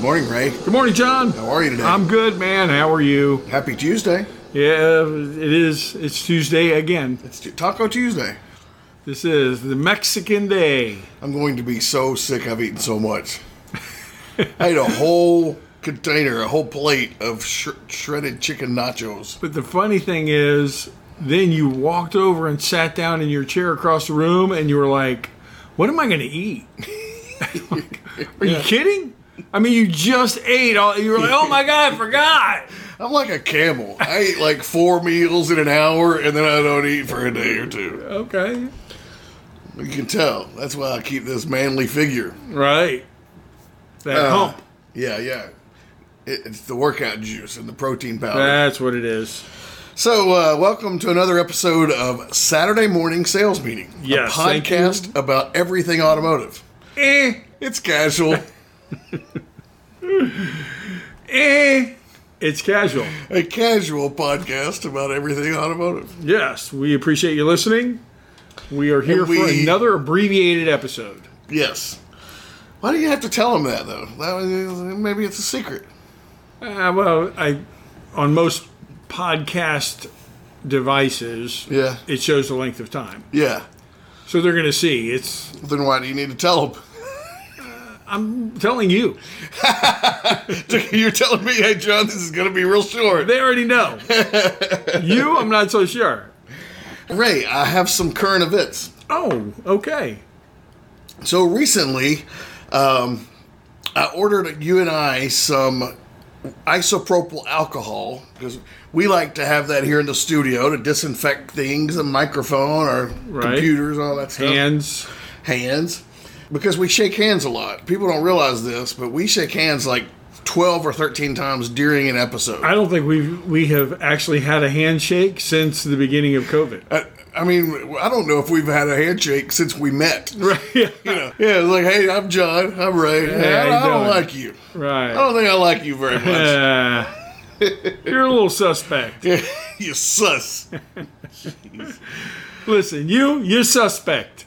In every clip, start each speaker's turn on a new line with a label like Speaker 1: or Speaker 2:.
Speaker 1: Morning, Ray.
Speaker 2: Good morning, John.
Speaker 1: How are you today?
Speaker 2: I'm good, man. How are you?
Speaker 1: Happy Tuesday.
Speaker 2: Yeah, it is. It's Tuesday again.
Speaker 1: It's Tu- Taco Tuesday.
Speaker 2: This is the Mexican Day.
Speaker 1: I'm going to be so sick. I've eaten so much. I had a whole container, a whole plate of sh- shredded chicken nachos.
Speaker 2: But the funny thing is, then you walked over and sat down in your chair across the room, and you were like, "What am I going to eat?" Like, are you kidding? I mean, you just ate all. You were like, "Oh my god, I forgot."
Speaker 1: I'm like a camel. I ate like four meals in an hour, and then I don't eat for a day or two.
Speaker 2: Okay,
Speaker 1: You can tell. That's why I keep this manly figure.
Speaker 2: right. That
Speaker 1: Uh,
Speaker 2: hump.
Speaker 1: Yeah, yeah. It- It's the workout juice and the protein powder.
Speaker 2: That's what it is.
Speaker 1: So, uh, welcome to another episode of Saturday Morning Sales Meeting,
Speaker 2: Yes,
Speaker 1: a
Speaker 2: thank you.
Speaker 1: podcast about everything automotive.
Speaker 2: Eh,
Speaker 1: It's casual.
Speaker 2: eh. It's casual.
Speaker 1: a casual podcast about everything automotive.
Speaker 2: Yes, we appreciate you listening. We are here
Speaker 1: And we-
Speaker 2: for another abbreviated episode.
Speaker 1: Yes. Why do you have to tell them that, though? That was- maybe it's a secret.
Speaker 2: Uh, well, I on most podcast devices,
Speaker 1: Yeah.
Speaker 2: it shows the length of time,
Speaker 1: Yeah.
Speaker 2: so they're going to see. It's
Speaker 1: Then why do you need to tell them?
Speaker 2: I'm telling you,
Speaker 1: You're telling me, hey, John, this is going to be real short.
Speaker 2: they already know. you, I'm not so sure.
Speaker 1: Ray, I have some current events.
Speaker 2: Oh, okay.
Speaker 1: So recently, um, I ordered you and I some isopropyl alcohol because we like to have that here in the studio to disinfect things, a microphone, our
Speaker 2: Right.
Speaker 1: computers, all that stuff.
Speaker 2: Hands.
Speaker 1: Hands. Because we shake hands a lot. People don't realize this, but we shake hands like 12 or 13 times during an episode.
Speaker 2: I don't think we have we have actually had a handshake since the beginning of COVID.
Speaker 1: I, I mean, I don't know if we've had a handshake since we met.
Speaker 2: Right.
Speaker 1: You know, yeah, it's like, hey, I'm John. I'm Ray.
Speaker 2: how you
Speaker 1: I, I don't
Speaker 2: doing?"
Speaker 1: like you.
Speaker 2: Right.
Speaker 1: I don't think I like you very much.
Speaker 2: Uh, you're a little suspect.
Speaker 1: you sus.
Speaker 2: Listen, you, you're suspect.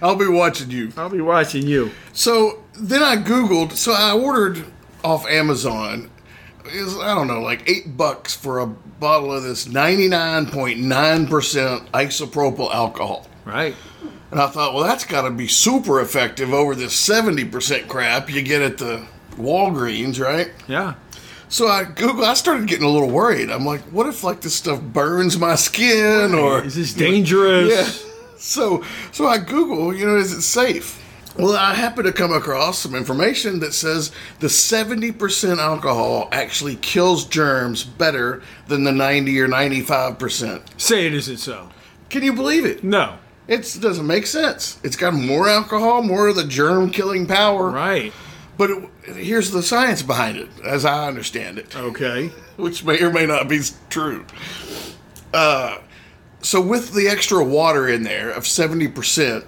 Speaker 1: I'll be watching you.
Speaker 2: I'll be watching you.
Speaker 1: So then I Googled. So I ordered off Amazon. Is I don't know, like eight bucks for a bottle of this 99.9% isopropyl alcohol.
Speaker 2: Right.
Speaker 1: And I thought, well, that's got to be super effective over this 70% crap you get at the Walgreens, right?
Speaker 2: Yeah.
Speaker 1: So I Google, I started getting a little worried. I'm like, what if like this stuff burns my skin or
Speaker 2: Is this dangerous?
Speaker 1: Yeah. So so I Google, you know, is it safe? Well, I happen to come across some information that says the 70% alcohol actually kills germs better than the 90 or 95%.
Speaker 2: Say it isn't so.
Speaker 1: Can you believe it?
Speaker 2: No.
Speaker 1: It doesn't make sense. It's got more alcohol, more of the germ killing power.
Speaker 2: Right.
Speaker 1: But it, here's the science behind it, as I understand it
Speaker 2: Okay.
Speaker 1: which may or may not be true. Uh, so with the extra water in there of 70%,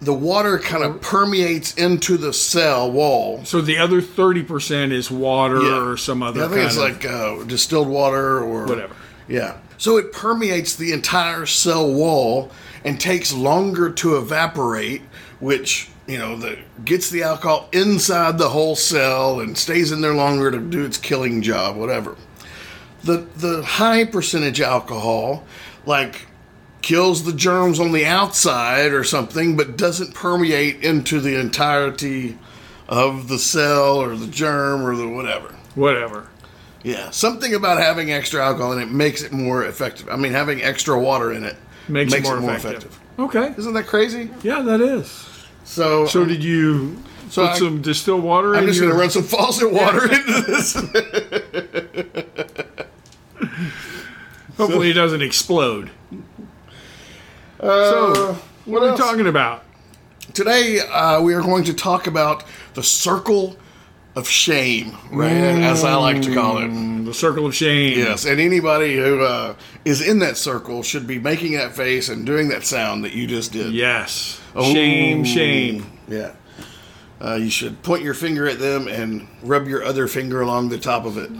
Speaker 1: the water kind of permeates into the cell wall.
Speaker 2: So the other 30% is water
Speaker 1: Yeah.
Speaker 2: or some other
Speaker 1: Yeah, I think
Speaker 2: kind
Speaker 1: it's
Speaker 2: of-
Speaker 1: like uh, distilled water or
Speaker 2: Whatever.
Speaker 1: Yeah. So it permeates the entire cell wall and takes longer to evaporate, which you know the, gets the alcohol inside the whole cell and stays in there longer to do its killing job, whatever. The the high percentage alcohol, like kills the germs on the outside or something, but doesn't permeate into the entirety of the cell or the germ or the whatever.
Speaker 2: whatever.
Speaker 1: Yeah, something about having extra alcohol in it makes it more effective. I mean, having extra water in it
Speaker 2: Makes, it more, effective. Okay.
Speaker 1: Isn't that crazy?
Speaker 2: Yeah, that is.
Speaker 1: So,
Speaker 2: So did you
Speaker 1: So
Speaker 2: put
Speaker 1: I-
Speaker 2: some distilled water
Speaker 1: I'm
Speaker 2: in
Speaker 1: just
Speaker 2: your...
Speaker 1: going to run some faucet water into this.
Speaker 2: Hopefully it doesn't explode. so what,
Speaker 1: Uh, what
Speaker 2: are we
Speaker 1: else?
Speaker 2: talking about?
Speaker 1: Today, uh, we are going to talk about the circle of shame, right? As I like to call it.
Speaker 2: The circle of shame.
Speaker 1: Yes, and anybody who uh, is in that circle should be making that face and doing that sound that you just did.
Speaker 2: Yes.
Speaker 1: Oh.
Speaker 2: Shame,
Speaker 1: Ooh.
Speaker 2: shame.
Speaker 1: Yeah. Uh, you should point your finger at them and rub your other finger along the top of it.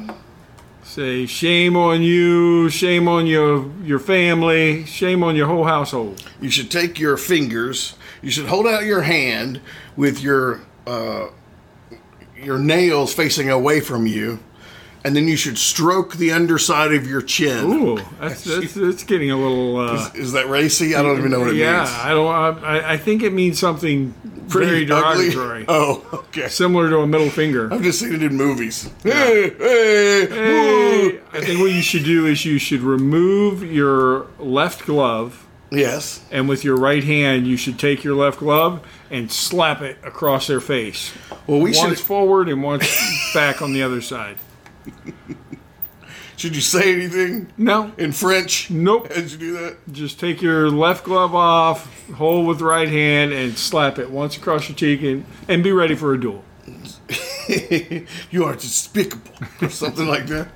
Speaker 2: Say shame on you, shame on your your family, shame on your whole household.
Speaker 1: You should take your fingers. You should hold out your hand with your uh, your nails facing away from you, and then you should stroke the underside of your chin.
Speaker 2: Ooh, that's, that's, that's getting a little. Uh,
Speaker 1: Is that racy? I don't even know what it
Speaker 2: yeah,
Speaker 1: means.
Speaker 2: I don't. I, I think it means something very
Speaker 1: ugly.
Speaker 2: derogatory,
Speaker 1: Oh, okay.
Speaker 2: similar to a middle finger.
Speaker 1: I've just seen it in movies. Hey, hey, woo.
Speaker 2: Hey, I think what you should do is you should remove your left glove,
Speaker 1: Yes.
Speaker 2: and with your right hand, you should take your left glove and slap it across their face.
Speaker 1: Well, we should.
Speaker 2: Once forward and once back on the other side.
Speaker 1: Should you say anything
Speaker 2: No,
Speaker 1: in French?
Speaker 2: nope.
Speaker 1: Did you do that?
Speaker 2: Just take your left glove off, hold with right hand, and slap it once across your cheek, and, and be ready for a duel.
Speaker 1: you are despicable, or something like that.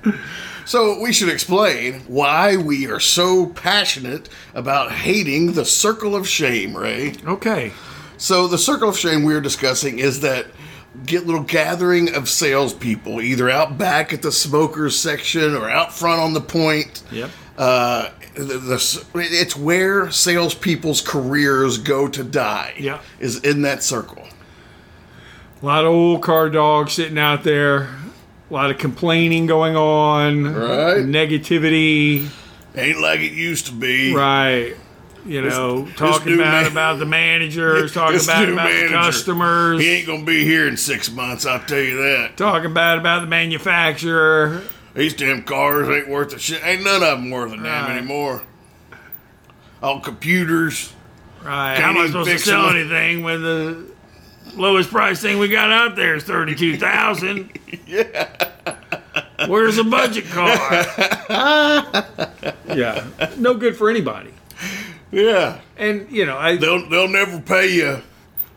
Speaker 1: So, we should explain why we are so passionate about hating the circle of shame, Ray.
Speaker 2: Okay.
Speaker 1: So, the circle of shame we're discussing is that get little gathering of salespeople, either out back at the smokers section or out front on the point.
Speaker 2: Yep.
Speaker 1: Uh, the, the, it's where salespeople's careers go to die.
Speaker 2: Yeah.
Speaker 1: Is in that circle.
Speaker 2: A lot of old car dogs sitting out there. A lot of complaining going on.
Speaker 1: Right.
Speaker 2: Negativity.
Speaker 1: Ain't like it used to be.
Speaker 2: Right. You know, talking
Speaker 1: new
Speaker 2: about
Speaker 1: man-
Speaker 2: about the managers, talking
Speaker 1: This
Speaker 2: about
Speaker 1: new
Speaker 2: about the
Speaker 1: manager,
Speaker 2: customers,
Speaker 1: He ain't gonna be here in six months. I'll tell you that.
Speaker 2: talking about about the manufacturer.
Speaker 1: These damn cars ain't worth a shit. Ain't none of them worth a damn
Speaker 2: Right.
Speaker 1: anymore. All computers.
Speaker 2: Right. How
Speaker 1: Can't
Speaker 2: am I
Speaker 1: even
Speaker 2: supposed to
Speaker 1: fix
Speaker 2: sell
Speaker 1: one.
Speaker 2: anything when the lowest price thing we got out there is thirty two thousand? yeah. Where's the budget car? yeah. No good for anybody.
Speaker 1: Yeah.
Speaker 2: And you know, I
Speaker 1: They'll they'll never pay you.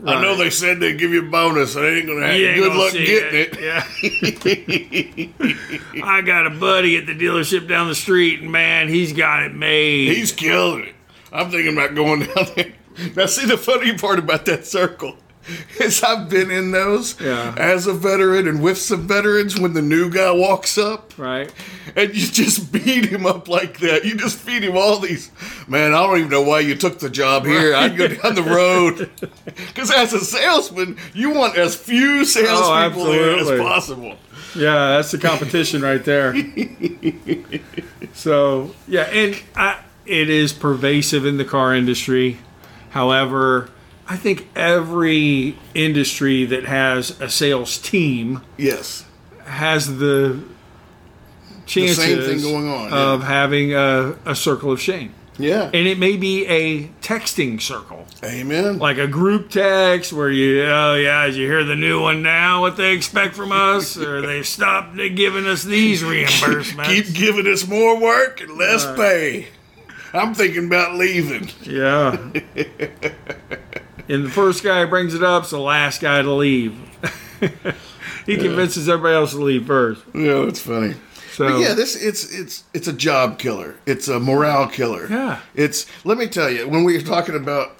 Speaker 1: I know
Speaker 2: Right.
Speaker 1: they said they'd give you a bonus. It ain't gonna happen.
Speaker 2: You ain't
Speaker 1: Good
Speaker 2: gonna
Speaker 1: luck
Speaker 2: see
Speaker 1: getting it.
Speaker 2: Yeah. I got a buddy at the dealership down the street, and man, he's got it made.
Speaker 1: He's killing it. I'm thinking about going down there. Now, see, the funny part about that circle is I've been in those
Speaker 2: Yeah.
Speaker 1: as a veteran and with some veterans when the new guy walks up
Speaker 2: right.
Speaker 1: and you just beat him up like that. You just feed him all these. Man, I don't even know why you took the job here. I'd go down the road. Because as a salesman, you want as few salespeople there as
Speaker 2: Oh, absolutely.
Speaker 1: possible.
Speaker 2: Yeah, that's the competition right there. so yeah, and I, it is pervasive in the car industry. However, I think every industry that has a sales team
Speaker 1: Yes.
Speaker 2: has the chances
Speaker 1: same thing going on, yeah.
Speaker 2: of having a, a circle of shame.
Speaker 1: Yeah.
Speaker 2: and it may be a texting circle,
Speaker 1: Amen.
Speaker 2: like a group text where you, oh yeah, did you hear the new one now? What they expect from us, or they've stopped giving us these reimbursements?
Speaker 1: Keep giving us more work and less
Speaker 2: Uh,
Speaker 1: pay. I'm thinking about leaving.
Speaker 2: yeah. and the first guy who brings it up is the last guy to leave. he convinces everybody else to leave first.
Speaker 1: Yeah, that's funny.
Speaker 2: So
Speaker 1: yeah, this it's it's it's a job killer. It's a morale killer.
Speaker 2: Yeah.
Speaker 1: It's let me tell you, when we were talking about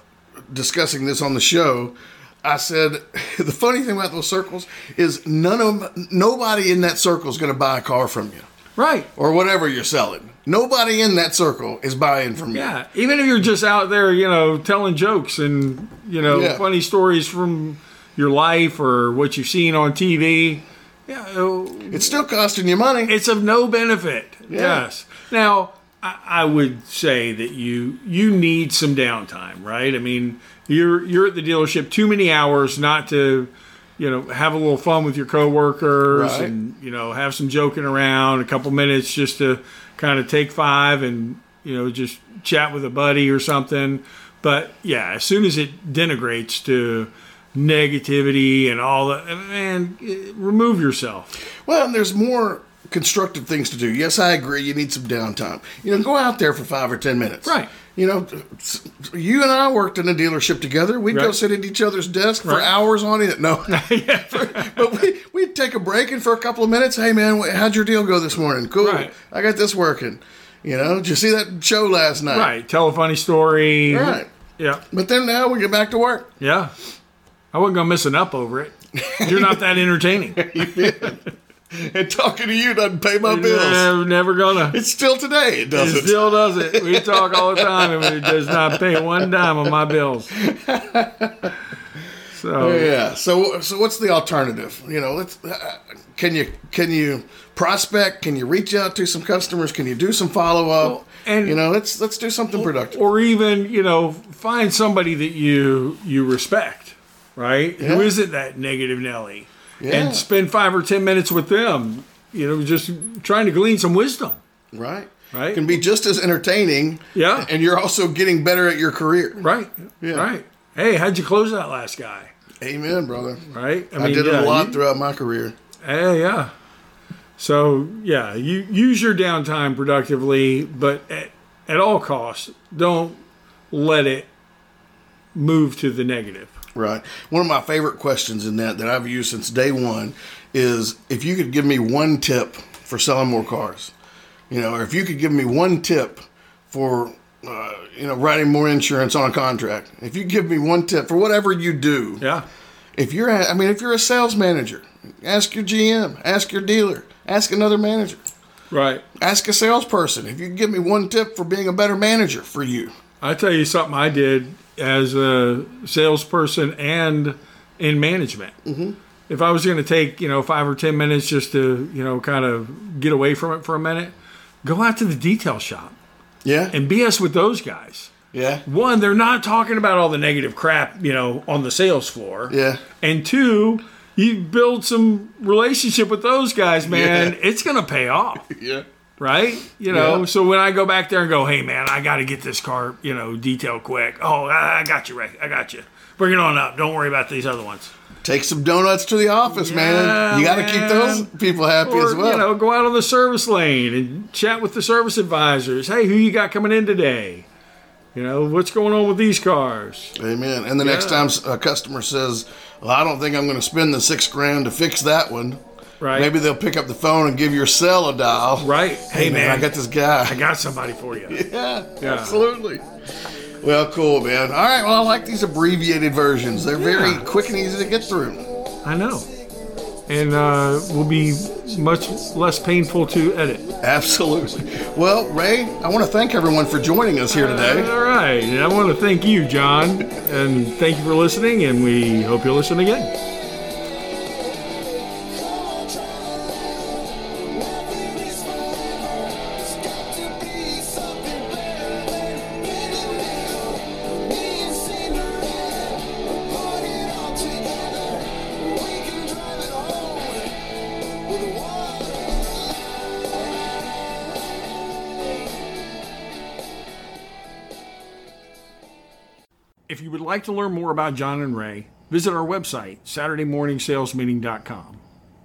Speaker 1: discussing this on the show, I said the funny thing about those circles is none of nobody in that circle is going to buy a car from you
Speaker 2: right.
Speaker 1: or whatever you're selling. Nobody in that circle is buying from you.
Speaker 2: Yeah, even if you're just out there, you know, telling jokes and you know
Speaker 1: Yeah.
Speaker 2: funny stories from your life or what you've seen on TV, yeah, oh,
Speaker 1: It's still costing you money.
Speaker 2: it's of no benefit.
Speaker 1: Yeah.
Speaker 2: Yes. Now, I, I would say that you you need some downtime, right? I mean, you're you're at the dealership too many hours not to, you know, have a little fun with your coworkers
Speaker 1: Right.
Speaker 2: and you know have some joking around, a couple minutes just to kind of take five and you know just chat with a buddy or something. But yeah, as soon as it denigrates to negativity and all that, man, eh, remove yourself.
Speaker 1: Well, and there's more constructive things to do. Yes, I agree. You need some downtime. You know, go out there for five or ten minutes.
Speaker 2: Right.
Speaker 1: You know, you and I worked in a dealership together. We'd go
Speaker 2: Right.
Speaker 1: sit at each other's desk for
Speaker 2: Right.
Speaker 1: hours on end. No, but we, we'd take a break and for a couple of minutes. Hey, man, wh- how'd your deal go this morning? Cool.
Speaker 2: Right.
Speaker 1: I got this working. You know, did you see that show last night?
Speaker 2: Right. Mm-hmm. Tell a funny story.
Speaker 1: Right.
Speaker 2: Yeah.
Speaker 1: But then now we get back to work.
Speaker 2: Yeah. I wasn't gonna miss an up over it. You're not that entertaining.
Speaker 1: And talking to you doesn't pay my bills.
Speaker 2: Never, never gonna.
Speaker 1: It's still today. It
Speaker 2: It
Speaker 1: doesn't.
Speaker 2: still does it. We talk all the time, and it does not pay one dime on my bills. So
Speaker 1: Yeah. So so what's the alternative? You know, let's uh, can you can you prospect? Can you reach out to some customers? Can you do some follow up?
Speaker 2: Well, and-
Speaker 1: you know, let's let's do something productive.
Speaker 2: or even you know find somebody that you you respect right who
Speaker 1: Yeah.
Speaker 2: isn't that negative nelly
Speaker 1: Yeah.
Speaker 2: and spend five or ten minutes with them you know just trying to glean some wisdom
Speaker 1: right.
Speaker 2: Right.
Speaker 1: Can be just as entertaining.
Speaker 2: Yeah.
Speaker 1: And you're also getting better at your career.
Speaker 2: right
Speaker 1: Yeah.
Speaker 2: right hey how'd you close that last guy
Speaker 1: Amen, brother.
Speaker 2: right
Speaker 1: I, did
Speaker 2: yeah,
Speaker 1: it a lot
Speaker 2: you-
Speaker 1: throughout my career.
Speaker 2: Yeah, yeah. So yeah, you use your downtime productively, but at, at all costs, don't let it move to the negative.
Speaker 1: Right. One of my favorite questions in that that I've used since day one is if you could give me one tip for selling more cars, you know, or if you could give me one tip for, uh, you know, writing more insurance on a contract. If you give me one tip for whatever you do,
Speaker 2: Yeah,
Speaker 1: if you're, a- I mean, if you're a sales manager, ask your GM, ask your dealer, ask another manager,
Speaker 2: right.
Speaker 1: ask a salesperson. If you could give me one tip for being a better manager for you,
Speaker 2: I tell you something I did as a salesperson and in management. Mm-hmm. If I was going to take you know five or ten minutes just to you know kind of get away from it for a minute, go out to the detail shop
Speaker 1: yeah,
Speaker 2: and BS with those guys.
Speaker 1: yeah,
Speaker 2: one, they're not talking about all the negative crap, you know, on the sales floor.
Speaker 1: Yeah.
Speaker 2: And two, you build some relationship with those guys, man.
Speaker 1: Yeah.
Speaker 2: It's gonna pay off,
Speaker 1: yeah,
Speaker 2: right? You know.
Speaker 1: Yeah.
Speaker 2: So when I go back there and go, hey, man, I got to get this car, you know, detail quick. Oh, I I got you, Ray. I got you. Bring it on up. Don't worry about these other ones.
Speaker 1: Take some donuts to the office, man.
Speaker 2: Yeah,
Speaker 1: You got to keep
Speaker 2: man.
Speaker 1: those people happy
Speaker 2: Or
Speaker 1: as well.
Speaker 2: you know, go out on the service lane and chat with the service advisors. Hey, who you got coming in today? You know, what's going on with these cars?
Speaker 1: Amen. And the next time s- a customer says, "Well, I don't think I'm going to spend the six grand to fix that one,"
Speaker 2: Right.
Speaker 1: maybe they'll pick up the phone and give your cell a dial.
Speaker 2: Right. Hey, man,
Speaker 1: I got this guy.
Speaker 2: I got somebody for you.
Speaker 1: yeah,
Speaker 2: Yeah.
Speaker 1: absolutely. Well, cool, man. All right. Well, I like these abbreviated versions. They're very
Speaker 2: Yeah.
Speaker 1: quick and easy to get through.
Speaker 2: I know. And uh, will be much less painful to edit.
Speaker 1: Absolutely. Well, Ray, I want to thank everyone for joining us here today.
Speaker 2: All right. And I want to thank you, John. And thank you for listening. And we hope you'll listen again.
Speaker 3: Water.
Speaker 2: If you would like to learn more about John and Ray, visit our website, SaturdayMorningSalesMeeting.com,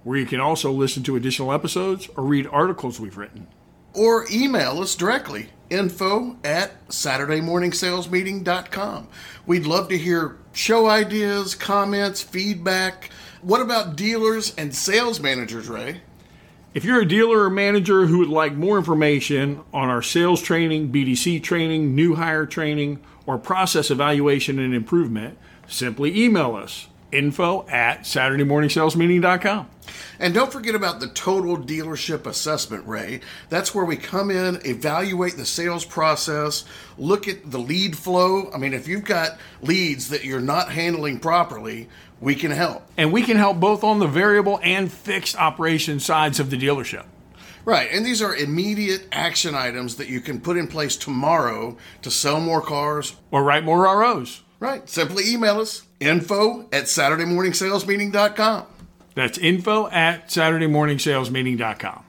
Speaker 2: where you can also listen to additional episodes or read articles we've written.
Speaker 1: or email us directly info at saturdaymorningsalesmeeting.com we'd love to hear show ideas comments feedback what about dealers and sales managers ray
Speaker 2: If you're a dealer or manager who would like more information on our sales training, BDC training, new hire training, or process evaluation and improvement, simply email us info at SaturdayMorningSalesMeeting.com.
Speaker 1: and don't forget about the total dealership assessment ray that's where we come in evaluate the sales process look at the lead flow i mean if you've got leads that you're not handling properly we can help
Speaker 2: And we can help both on the variable and fixed operation sides of the dealership.
Speaker 1: Right, and these are immediate action items that you can put in place tomorrow to sell more cars.
Speaker 2: Or write more ROs.
Speaker 1: Right, simply email us info at SaturdayMorningSalesMeeting.com.
Speaker 2: That's info at SaturdayMorningSalesMeeting.com.